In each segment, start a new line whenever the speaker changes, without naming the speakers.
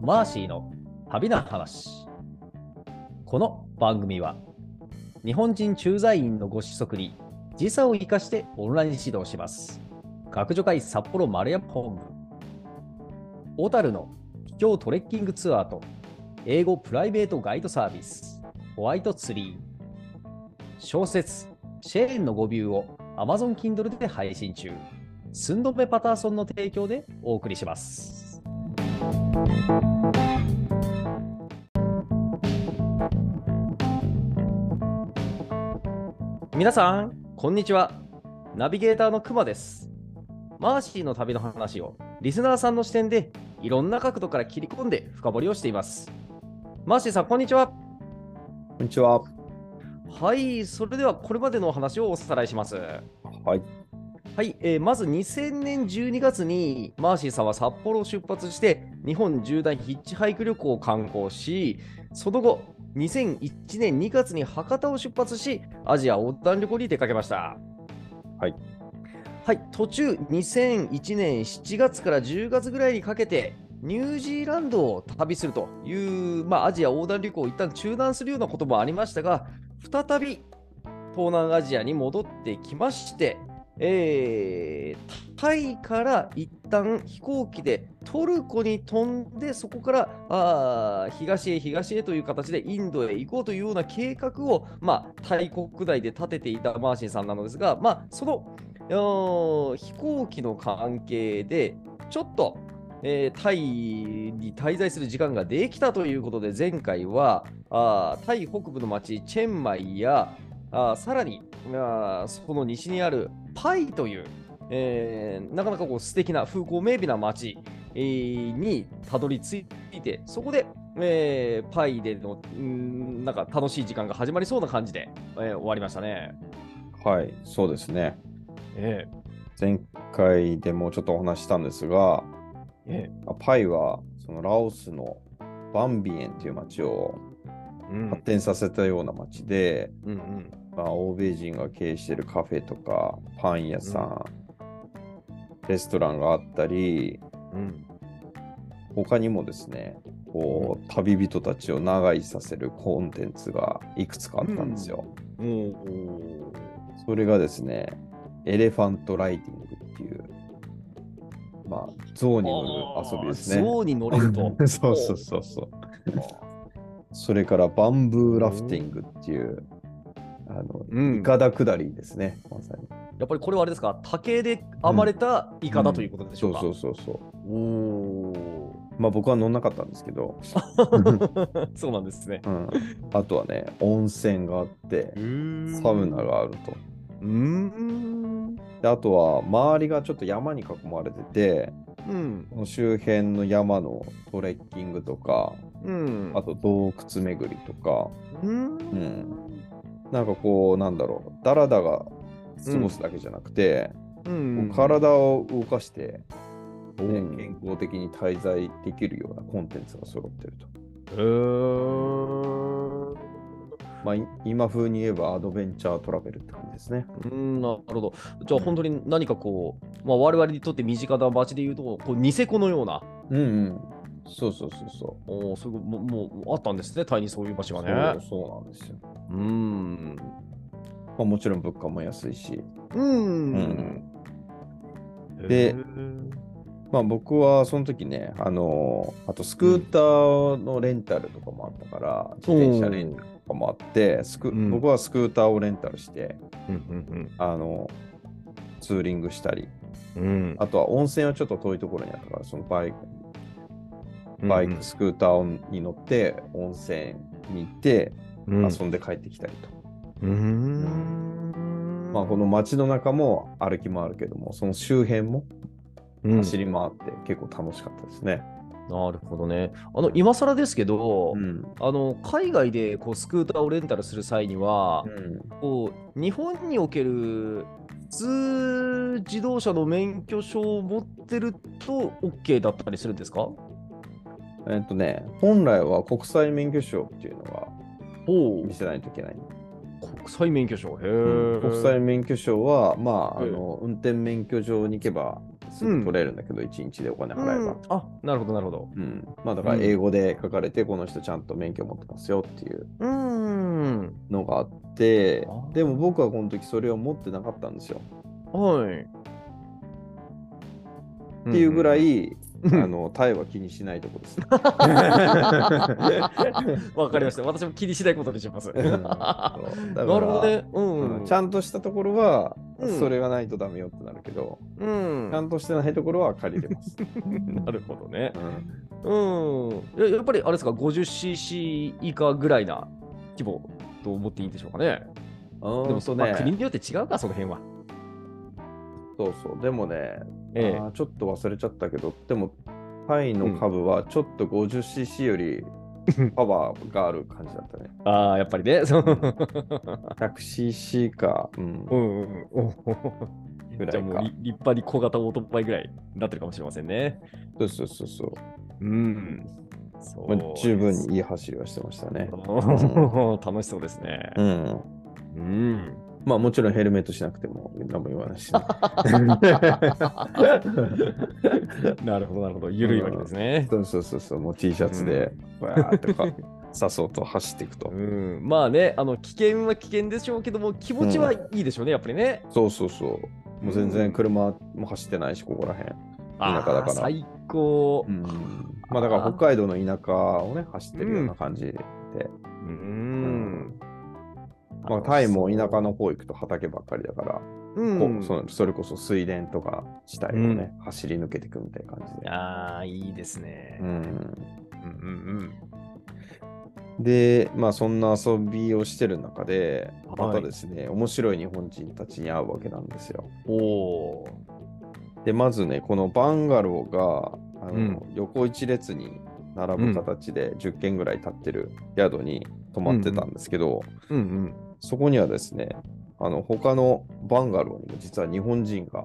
マーシーの旅な話。この番組は、日本人駐在員のご子息に時差を生かしてオンライン指導します。学助会札幌丸山本部、小樽の秘境トレッキングツアーと、英語プライベートガイドサービス、ホワイトツリー、小説、シェーンの語尾を Amazon Kindle で配信中。寸止めパターソンの提供でお送りします。皆さん、こんにちは。ナビゲーターのくまです。マーシーの旅の話をリスナーさんの視点でいろんな角度から切り込んで深掘りをしています。マーシーさん、こんにちは。
こんにちは。
はい、それではこれまでのお話をおさらいします。
はい。
はい、えーまず2000年12月にマーシーさんは札幌を出発して日本縦断ヒッチハイク旅行を観光しその後2001年2月に博多を出発しアジア横断旅行に出かけました
はい、
はい、途中2001年7月から10月ぐらいにかけてニュージーランドを旅するという、まあ、アジア横断旅行を一旦中断するようなこともありましたが再び東南アジアに戻ってきましてえータイから一旦飛行機でトルコに飛んでそこからあー東へ東へという形でインドへ行こうというような計画を、まあ、タイ国内で立てていたマーシンさんなのですが、まあ、そのあー飛行機の関係でちょっと、えータイに滞在する時間ができたということで前回はあータイ北部の町チェンマイやあーさらにあーその西にあるパイという、えーなかなかこう素敵な風光明媚な町、えーにたどり着いてそこで、えーパイでのうーんなんか楽しい時間が始まりそうな感じで、えー終わりましたね。
はい、そうですね。
え
前回でもうちょっとお話ししたんですが、
え
まあパイはそのラオスのバンビエンという町を
うん
発展させたような町で、
うんうん
まあ、欧米人が経営しているカフェとかパン屋さん、レストランがあったり、
うん
他にもですね、こう旅人たちを長居させるコンテンツがいくつかあったんですよ。
おー
それがですね、エレファントライティングっていう、まあ、象に乗る遊びですね。
象に乗れると。
そうそうそうそう。それから、バンブーラフティングっていう、あの、
うん
いかだ下りですね、まさに。
やっぱりこれはあれですか、竹で編まれたイカだということでし
そ
ょ
う
うか。
そうそうそう。
お
まあ、僕は乗んなかったんです けど、
ー そうなんですね。
うん、あとはね、温泉があって、サ
サ
ウナ。があると。
うーん。
であとは、周りがちょっと山に囲まれてて、
うん。
この周辺の山のトレッキングとか、
うん。
あと洞窟巡りとか、
うん。
うんなんかこう、なんだろう、だらだが過ごすだけじゃなくて、
うん。
こう体を動かして、
う
ね
ん
健康的に滞在できるようなコンテンツが揃ってると。
へー
まあ、い今風に言えばアドベンチャートラベルって感じですね。
うん、なるほど。じゃあ本当に何かこう、まあ、我々にとって身近な街でいうと、こうニセコのような、
うんうん。そうそうそうそ
おーそういうももうあったんですね、タイにそういう場所
う。
がね。
そうそうなんですよ。
うーん。
まあ、もちろん物価も安いし。
う。
うんん
へ
で
ー
まあ僕はその時ね、あのーあとスクーターのレンタルとかもあったから、自転車レンタルとかもあって、スク
うん
僕はスクーターをレンタルして、
うん
あの、ツーリングしたり、
うんうん
あとは温泉はちょっと遠いところにあったから、そのバイク、
うん。
バイク、スクーターに乗って、温泉に行って、
うん
遊んで帰ってきたりと。
うん。
まあ、この街の中も歩き回るけども、その周辺も
うん
走り回って結構楽しかったですね。
なるほどね。あの今更ですけど、
うん。
あの海外でこうスクーターをレンタルする際には、こう日本における普通自動車の免許証を持ってると OK だったりするんですか
えっとね、本来は国際免許証っていうのが
ほ
見せないといけない。
国際免許証へえ、
国際免許証は、まあ、あ
うん
の運転免許場に行けばすぐ取れるんだけど、1日でお金払えば。
あなるほどなるほど
うん、まあだから英語で書かれて、この人ちゃんと免許持ってますよっていう
うーん
のがあって
あー
でも僕はこの時それを持ってなかったんですよ。
はい
っていうぐらい、
うん
あのタイは気にしないと こですね。
わかりました私も気にしないことにします
うんそうだ
な
か
る
ら
ほどねう
うん
ん
ちゃんとしたところは
うん
それがないとダメよってなるけど、
うん
ちゃんとしてないところは借りれます。
なるほどね
うん
うんえやっぱりあれですか 50cc 以下ぐらいな規模と思っていいんでしょうかねでも
そ
そうう、
ね、
まあ、国によって違うかその辺は
そうそうでもね、
ええ
あーちょっと忘れちゃったけどでもタイの株はちょっと 50cc よりパワーがある感じだ ったね。
ああやっぱりねそう
100cc か、うん
う、んうんうん
ぐ ら
じゃあ
い
もう
か
り。立派に小型オートバイぐらいになってるかもしれませんね。
そうそうそうそう。
うん。そう
まあ、十分にいい走りはしてましたね。
おー 楽しそうですね。
うん。
うん。
まあもちろんヘルメットしなくても何も言わない し、
なるほど、なるほど。緩いわけですね。
そうそうそうそう、もう T シャツで、わーっとか、さそうと走っていくと
う。ん、まあね、あの危険は危険でしょうけども、気持ちはいいでしょうね、やっぱりね。
そうそうそう。もう全然車も走ってないし、ここら辺。田舎だ
あ
から
ー最高
う。ん。まあだから北海道の田舎をね、走ってるような感じで。
うん。
まあタイも田舎の方行くと畑ばっかりだから、
うん、
こうそのそれこそ水田とか地帯をね、走り抜けていくみたいな感じで。
ああ、いいですね
う。ん。
うんうん
で、まあ、そんな遊びをしてる中で、
はい
またですね、面白い日本人たちに会うわけなんですよ。
うん。おー
で、まずね、このバンガローがあの、
うん
横一列に並ぶ形で10軒ぐらい建ってる宿に泊まってたんですけど、
うんうん。
そこにはですね、あの他のバンガローにも実は日本人が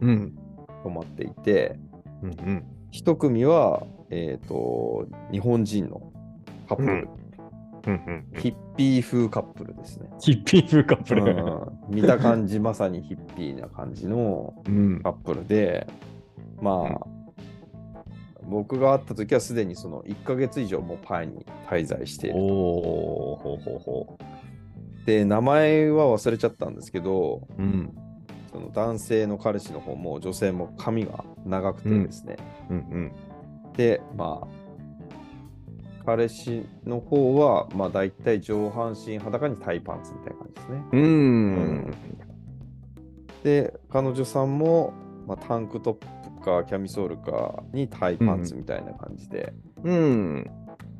うん
泊まっていて、
うんうん。
一組は、えー、と日本人のカップル、
うん
ヒッピー風カップルですね。
ヒッピー風カップル。
うん見た感じ、まさにヒッピーな感じの
うん
カップルで、まあ、僕が会った時はすでにその1ヶ月以上もうパイに滞在している。
おお、ほうほうほ
で、名前は忘れちゃったんですけど、
う。うん。
その男性の彼氏の方も女性も髪が長くてですね。
うんうん。
で、まあ、彼氏の方は、まあ大体上半身裸にタイパンツみたいな感じですね。
うん。
で彼女さんも、まあ、タンクトップかキャミソールかにタイパンツみたいな感じで、
うん。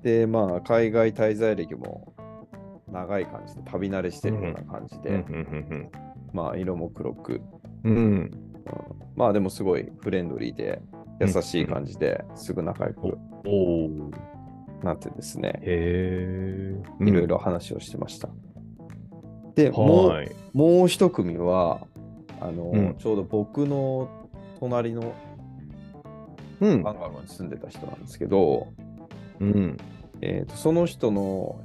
でまあ海外滞在歴も長い感じで旅慣れしてるような感じで、
うん。
まあ色も黒く、
うん。
まあでもすごいフレンドリーで優しい感じですぐ仲良く
おお。
なってですね、
へえ。
いろいろ話をしてました。でも
はいう
もう一組はあの、
うん
ちょうど僕の隣の
うん
バンガローに住んでた人なんですけど、
うん。
えー、とその人の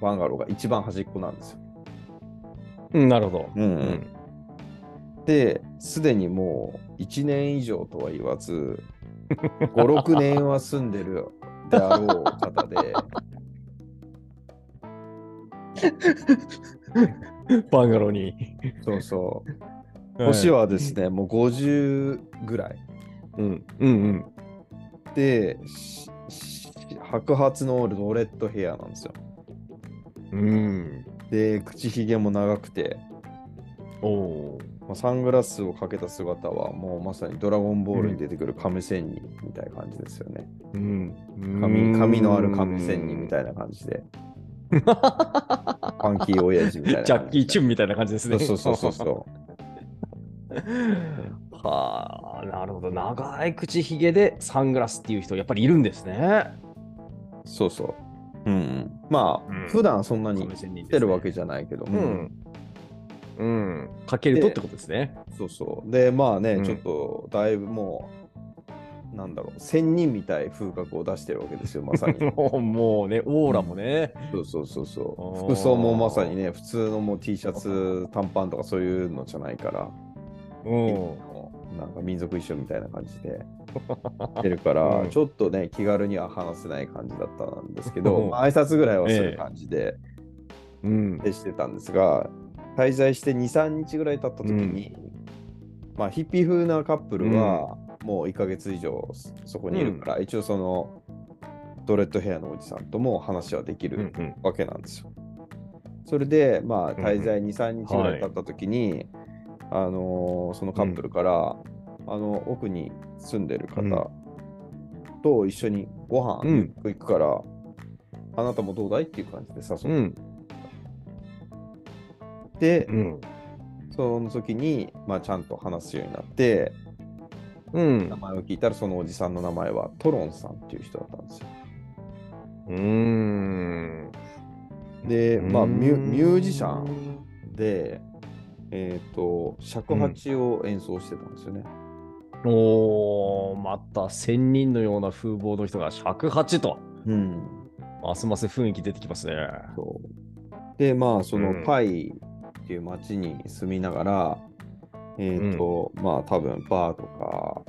バンガローが一番端っこなんですよ。
うん。なるほど。
うん
う
で、すでにもう1年以上とは言わず、5、6年は住んでるであろう方で、
バンガローに。
そうそう、星はですね、もう50ぐらい。
うん。うんうん。
で、しし白髪のロレットヘアなんですよ。
うん。
で、口ひげも長くて、
おお。
まあサングラスをかけた姿はもうまさにドラゴンボールに出てくる亀仙人みたいな感じですよね。
うん。
髪髪のある亀仙人みたいな感じで。パンキー親父みたいな。
ジャッキー・チュ
ン
ンみたいな感じですね。。
そうそうそうそう
はあ、なるほど。長い口ひげでサングラスっていう人、やっぱりいるんですね。
う。そうそう。うんうん、まあ、
うん
普段そんなに来
に来
てるわけじゃないけど、
う
うん
ん。うん。かけるとってことですね。
そうそう。で、まあね、
うん
ちょっとだいぶもう、なんだろう、仙人みたい風格を出してるわけですよ、まさ に。
もうもうね、オーラもね。
そうそうそうそ
あー
う。服装もまさにね、普通のもう T シャツ、短パンとかそういうのじゃないから、
うん。
もなんか民族衣装みたいな感じで出るから、
うん
ちょっとね気軽には話せない感じだったんですけ
う
ど、
ん
まあ、挨拶ぐらいはする感じで
うん。
接してたんですが、滞在して23日ぐらい経った時に、まあヒッピー風なカップルはもう1ヶ月以上そそこにいるから、一応そのドレッドヘアのおじさんとも話はできる
うん
わけなんですよ。それで、まあ、
うん
滞在2、3日ぐらい経った時に、あのーそのカップルから、あの奥に住んでる方と一緒にご飯
うん
行くから、あなたもどうだいっていう感じで
う
誘
ん。
って、
うん。
その時に、まあ、ちゃんと話すようになって、
うん
名。前を聞いたら、そのおじさんの名前はトロンさんっていう人だったんですよ。
うん。
で、まあ、ミュミュージシャン
ン。
で、えっ、と、尺八を演奏してたんですよね。
おー、また仙人のような風貌の人が尺八と、
うん
ますます雰囲気出てきますね。
そうでまあそ
うん
のパイっていう町に住みながら、えっ、と、まあ多分バーとか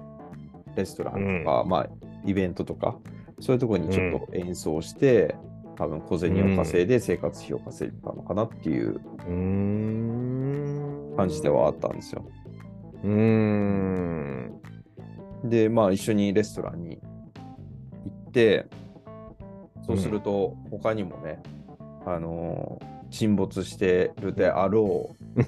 レストランとか、まあイベントとかそういうところにちょっと演奏して、多分小銭を稼いで生活費を稼いでたのかなっていう
うん
感じではあったんですよ。
うん。
でまあ一緒にレストランに行ってそうすると他にもね、あのー沈没してるであろう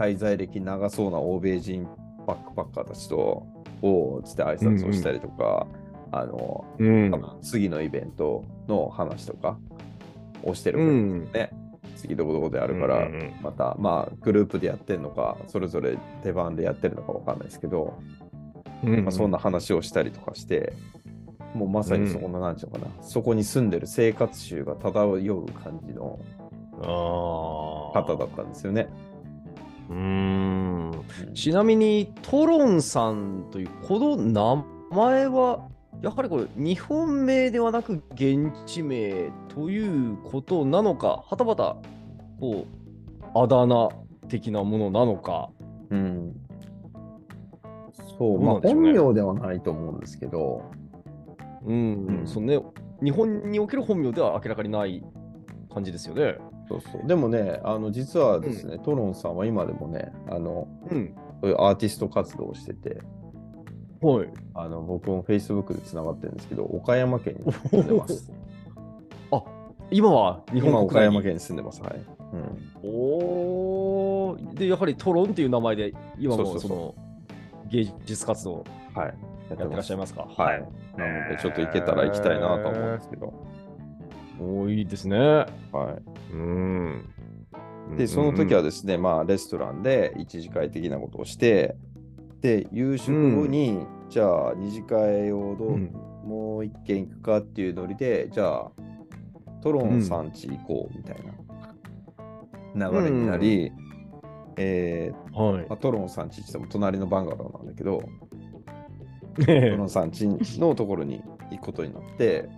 滞在歴長そうな欧米人バックパッカーたちと、おーっつって挨拶をしたりとか、あの、
うん
多。分次のイベントの話とかをしてる
う
わけ
ん。
ですね。次どこどこであるから、
うんうん
また、まあ、グループでやってるのか、それぞれ手番でやってるのかわかんないですけど、
うん、
まあ、そんな話をしたりとかして、もうまさにそこの、なんていうのかな、そこに住んでる生活臭が漂う感じの
あ
方だ
っ
ったんですよね。
た。うん。ちなみにトロンさんというこの名前はやはりこれ日本名ではなく現地名ということなのかはたまたこうあだ名的なものなのか。
うん。そう、ま
どうな
あ、
んでしょうね
本名ではないと思うんですけど、
うん、
うん
そのね日本における本名では明らかにない感じですよね。
そうそう。でもね、あの、実はですね、トロンさんは今でもね、あの、
うん。
そういうアーティスト活動をしてて、
はい。
あの、僕も Facebook でつながってるんですけど、岡山県に住んでます。
あ今は日
今、
本
岡
国内に
山県に住んでます。はい。うん。
おーでやはりトロンっていう名前で今
そ
も
うそ
そう
そ
の芸術活動を
はい。
やってらっしゃいますか。
はい。なので、ちょっと行けたら行きたいなと思うんですけど、
おーいいですね。
はい。
うん。
で、その時はですね、まあ、レストランで一次会的なことをして、で、夕食後に、じゃあ、二次会をどう、
うん
もう一軒行くかっていうノリで、じゃあ、トロンさん家行こうみたいな流れになり、えー
うん、はい
ま。あ、トロンさん家って言っても隣のバンガローなんだけど、ト
え
ロンさん家のところに行くことになって、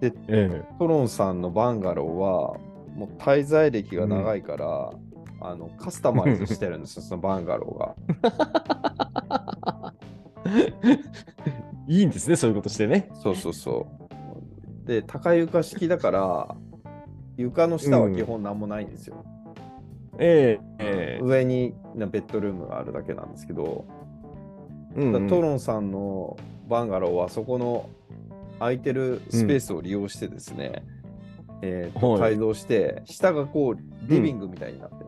え
トロンさんのバンガローは、もう滞在歴が長いから、あのカスタマイズしてるんですよ、そのバンガローが。
いいんですね、そういうことしてね。
そうそうそう。で、高床式だから、床の下は基本何もないんですよ。
えええ
上になベッドルームがあるだけなんですけど、
えうん
だからトロンさんのバンガローはそこの空いてるスペースを利用してですね、えーと
はい
改造して、下がこうリビングみたいになって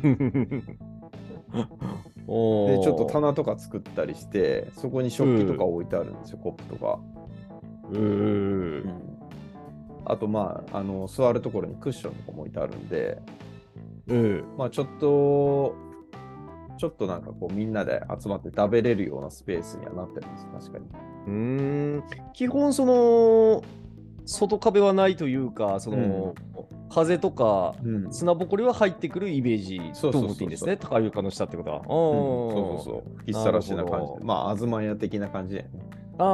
るんですよ。
おー
で、ちょっと棚とか作ったりして、そこに食器とか置いてあるんですよ、コップとか。
うー
あと、まあ、あの座るところにクッションとかも置いてあるんで、
うん
まあちょっと、ちょっとなんかこうみんなで集まって食べれるようなスペースにはなってるんです、確かに。
うーん基本その外壁はないというかその、風とか
うんそう
砂ぼこりは入ってくるイメージと
そうそうそうそう
思っていいんですね高床の下ってことは。
そう
う
そう。吹きさらしな
なる
感
ほ
じ
ど
で。まあ、東屋的な感じで、ね。
ああ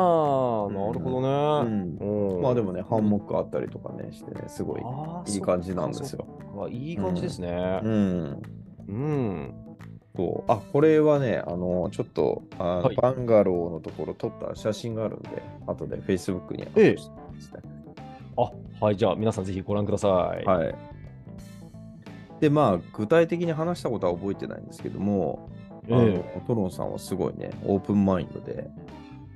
ーなるほどね。うん
まあでもね、ハンモックあったりとかね、してね、すごい
あー
いい感じなんですよ。
そっかいい感じですね。
うん。
うん。
と、あ、これはね、あの、ちょっと、あ
はい
バンガローのところ撮った写真があるんで、後で Facebook にアッ
ええ
プしてますね。
あはい、じゃあ皆さんぜひご覧ください。
はい。で、まあ、具体的に話したことは覚えてないんですけども、
ええ
あのトロンさんはすごいね、オープンマインドで、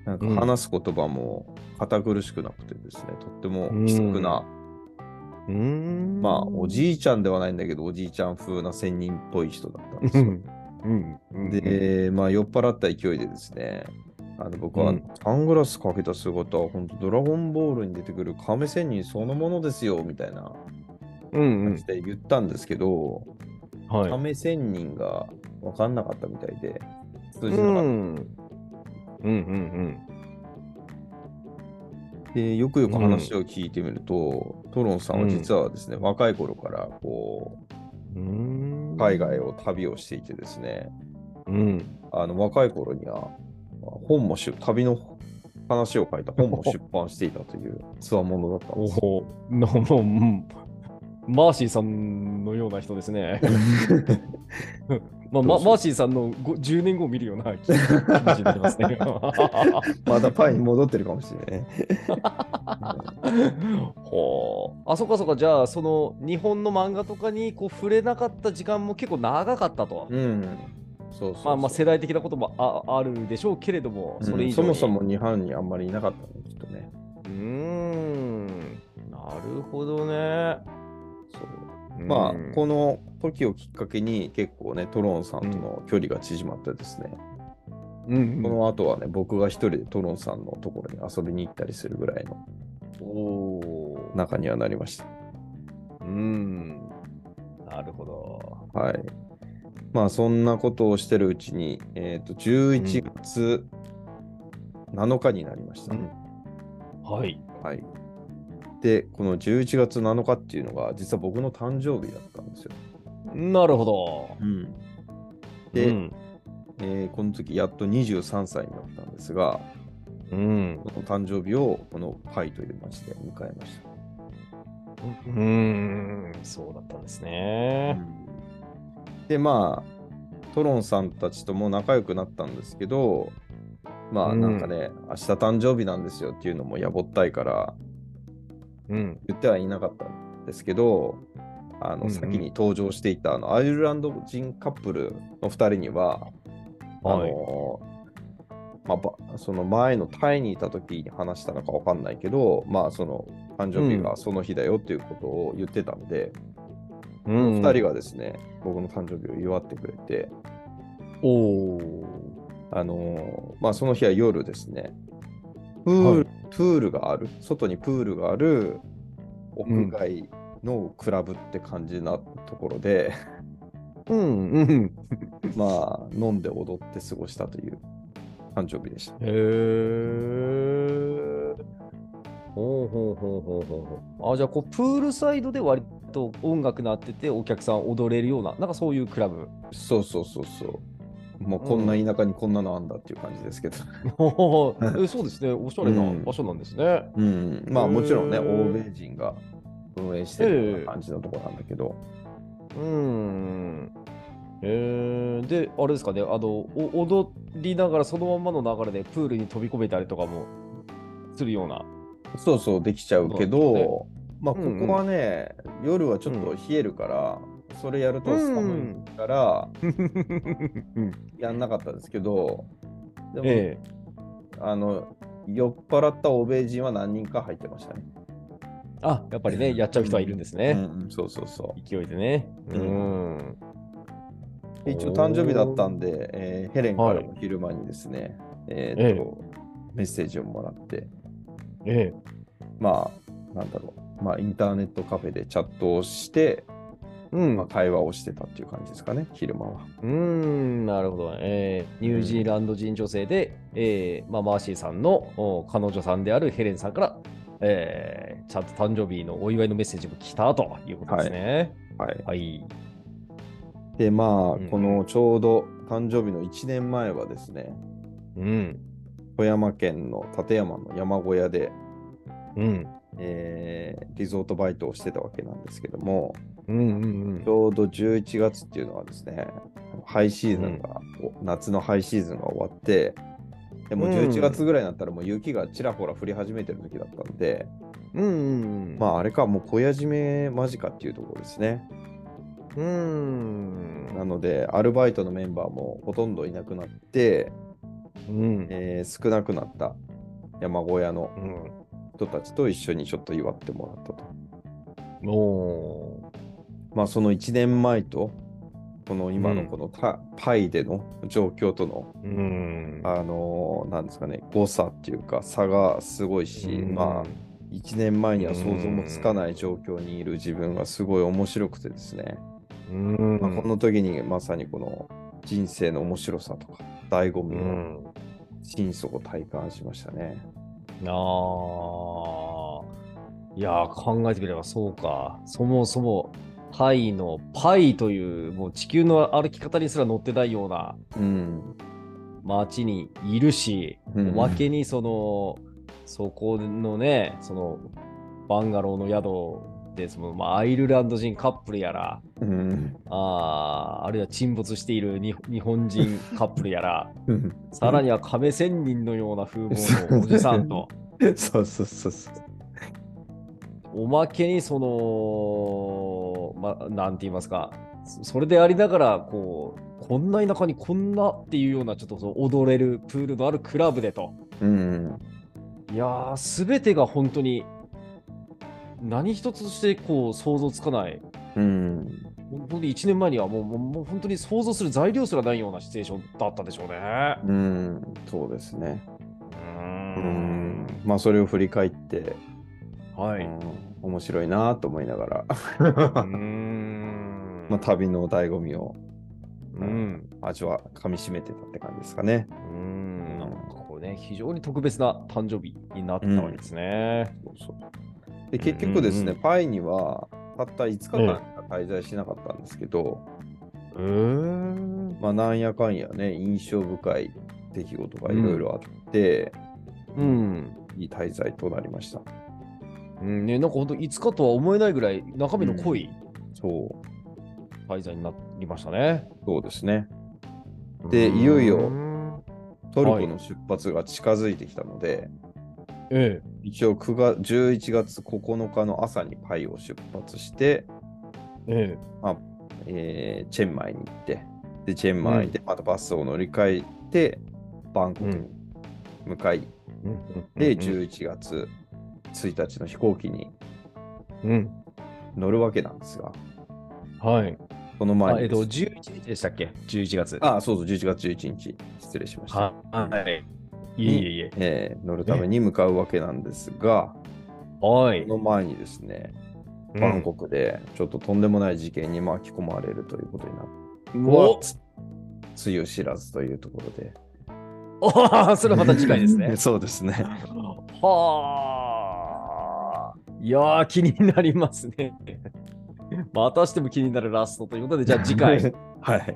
なんか
うん
話す言葉も堅苦しくなくてですね、とっても気さくな、
うーん
まあ、おじいちゃんではないんだけど、おじいちゃん風な仙人っぽい人だったんです
う
よ。
んうんうん
で、まあ、酔っ払った勢いでですね、あの僕は、
うん
サングラスかけた姿は、本当ドラゴンボールに出てくる亀仙人そのものですよ、みたいな
うんう
感
ん
じで言ったんですけど、
はい。
亀仙人が分かんなかったみたいで、
う
通じなかっ
んうんうん
た。で、よくよく話を聞いてみると、トロンさんは実はですね、若い頃から、こ
うん。うーん
う、海外を旅をしていてですね、
うん。
あの若い頃にはまあ本もし旅の話を書いた本も出版していたというつわものだったん
お
です。
お、なもううん、マーシーさんのような人ですね。まあ、
ど
ま
うぞ
マーシーさんのご10年後を見るような気気持ちになりますね。
またパイに戻ってるかもしれない。
ほうあそっかそっかじゃあその日本の漫画とかにこう触れなかった時間も結構長かったと、
うん。そうそうそう
まあまあ世代的なこともああるでしょうけれども
うん
それ以上に、
そもそも日本にあんまりいなかったのきっとね。
うーんなるほどね
そうま
ま
あ、この時をきっかけに結構ね、トロンさんとの距離が縮まってですね、
うんうん
この後はね、僕が一人でトロンさんのところに遊びに行ったりするぐらいの
おー
仲にはなりました。
うんなるほど
はい。まあそんなことをしてるうちに、えっ、と、11月7日になりましたね、
はい
はい。で、この11月7日っていうのが、実は僕の誕生日だったんですよ。
なるほど
で、
うん
えーこの時やっと23歳になったんですが、
うん
この誕生日をこのパイという街で迎えました。
うんそうだったんですね
で、まあ、トロンさんたちとも仲良くなったんですけど、まあ
うん
なんかね、明日誕生日なんですよっていうのもやぼったいから、
うん
言ってはいなかったんですけど、あ
うんう
の
ん
先に登場していたあのアイルランド人カップルの2人には、
はい
あのまあば、その前のタイにいた時に話したのかわかんないけど、まあ、その誕生日がその日だよっていうことを言ってたので、
うん
2人がですね、僕の誕生日を祝ってくれて、
おー
あのまあ、その日は夜ですねプール、
はい
プールがある、外にプールがある屋外のクラブって感じなところ で、
うんうん
まあ、飲んで踊って過ごしたという誕生日でした。
へえほうほうほうほうほうほうあじゃあこうプールサイドで割と音楽なっててお客さん踊れるようななんかそういうクラブ
そうそうそうそう。もうこんな田舎にこんなのあんだっていう感じですけど。
おーえそうですね、おしゃれな
うん
場所なんですね。
うん、まあもちろんね、
へー
欧米人が運営してるような感じのところなんだけど、
うん。えー、で、あれですかね、あのお踊りながらそのまんまの流れでプールに飛び込めたりとかもするような。
そうそうできちゃうけど、まあこ
うんうん
こはね、夜はちょっと冷えるから、それやると寒いから、やんなかったですけど、でも、
え
あの、酔っ払った欧米人は何人か入ってましたね。
えあやっぱりね、やっちゃう人はいるんです
う
ね。
んうん、そうそうそう。
勢いでね。
う
うん。
一応誕生日だったんで、えーヘレンからも昼間にですね、えーっと、メッセージをもらって、
ええ。
まあ、なんだろう、まあ、インターネットカフェでチャットをして、
う
まあ、
ん、
会話をしてたっていう感じですかね、昼間は。
うん、なるほど、ええ。ニュージーランド人女性で、ええまあ、マーシーさんのお彼女さんであるヘレンさんから、ええちゃんと誕生日のお祝いのメッセージも来たということですね。
はい、
はい。
で、まあ、
うん
このちょうど誕生日の1年前はですね、
うん。
富山県の立山の山小屋で、
うん。
えーリゾートバイトをしてたわけなんですけども、
うんう
ちょうど11月っていうのはですね、ハイシーズンが、お夏のハイシーズンが終わって、でもう
うん
11月ぐらいになったらもう雪がちらほら降り始めてる時だったんで、
うんうんうん。
まああれか、もう小屋締め間近っていうところですね。
うん。
なので、アルバイトのメンバーもほとんどいなくなって、
うん。
えー少なくなった山小屋の
うん。
人たちと一緒にちょっと祝ってもらったと。
おー
まあその1年前と、この今のこのタ,、タイでの状況との
うん。
あのーなんですかね、誤差っていうか差がすごいし、まあ、1年前には想像もつかない状況にいる自分がすごい面白くてですね、
うん。
まあこの時にまさにこの人生の面白さとか、醍醐
う
味を
ん。
心底体感しましたね。
なあ。いやー、考えてみればそうか。そもそも、パイのパイという、もう地球の歩き方にすら乗ってないような
うん。
街にいるし、
うん
おまけにその、そこのね、その、バンガローの宿で、そのまあ、アイルランド人カップルやら、
うん。
あーあるいは沈没しているに日本人カップルやら、
うん
さらには亀仙人のような風貌のおじさん と、
そうそうそうそう。
おまけにその、ま、なんて言いますか、そそれでありながら、こう、こんな田舎にこんなっていうような、ちょっとその踊れるプールのあるクラブでと。
うん。
いやー、すべてが本当に、何一つとしてこう想像つかない、
うん。
本当に1年前にはもうもうもう本当に想像する材料すらないようなシチュエーションだったでしょうね。
うん。そうですね。
う
う
ーん
ん。まあ、それを振り返って、
は
う
い。
ん面白いなと思いなが
うー
ら、
ん
まあ、旅の醍醐味を
うん。
味は噛み締めてたって感じですかね。
うーん。なんかこれね、非常に特別な誕生日になったわけですね。
で結局ですね、
うん
パイにはたった5日間しか滞在しなかったんですけど、
うーん。
まあなんやかんやね印象深い出来事がいろいろあって、
うん。
いい滞在となりました。
うん、ね、なんか本当、いつかとは思えないぐらい、中身の濃い
そう
滞在になりましたね。
そうですね。でいよいよトルコの出発が近づいてきたので、
ええ。
一応9月11月9日の朝にパイを出発して、
ええ。
えーチェンマイに行って、で、チェンマイでまたバスを乗り換えて、バンコクに向かい、で、11月1日の飛行機に
うん。
乗るわけなんですが、
はい。
その前
あ
に
えっ
です
と、11日でしたっけ ?11 月。
あそうそう、11月11日、失礼しました。
はい。いえいえいえ。
えー乗るために向かうわけなんですが、
はい
そ。の前にですね、バンコクでちょっととんでもない事件に巻き込まれるということになって、
うん。
は
お
つゆ知らずというところで。。
おそれはまた次回ですね
そうですね。
はあ。いやー、気になりますね。 またしても気になるラストということで、じゃあ次回
はい。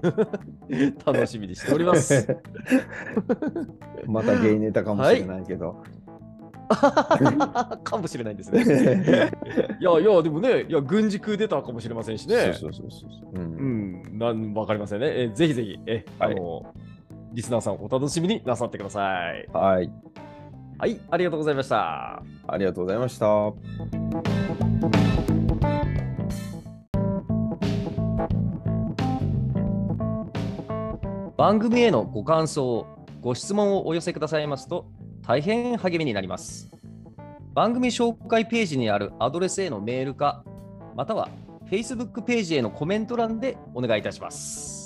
楽しみにしております。
またゲイネタかもしれないけど。
かもしれないですね。い やいや、でもね、いや軍事クーデターかもしれませんしね。
そうそうそうそう。う
うんん、なんわかりませんね。えぜひぜひえ、
はい
あの、リスナーさんお楽しみになさってください。
はい。
はい、ありがとうございました。
ありがとうございました。
番組へのご感想、ご質問をお寄せくださいますと、大変励みになります。番組紹介ページにあるアドレスへのメールか、または Facebook ページへのコメント欄でお願いいたします。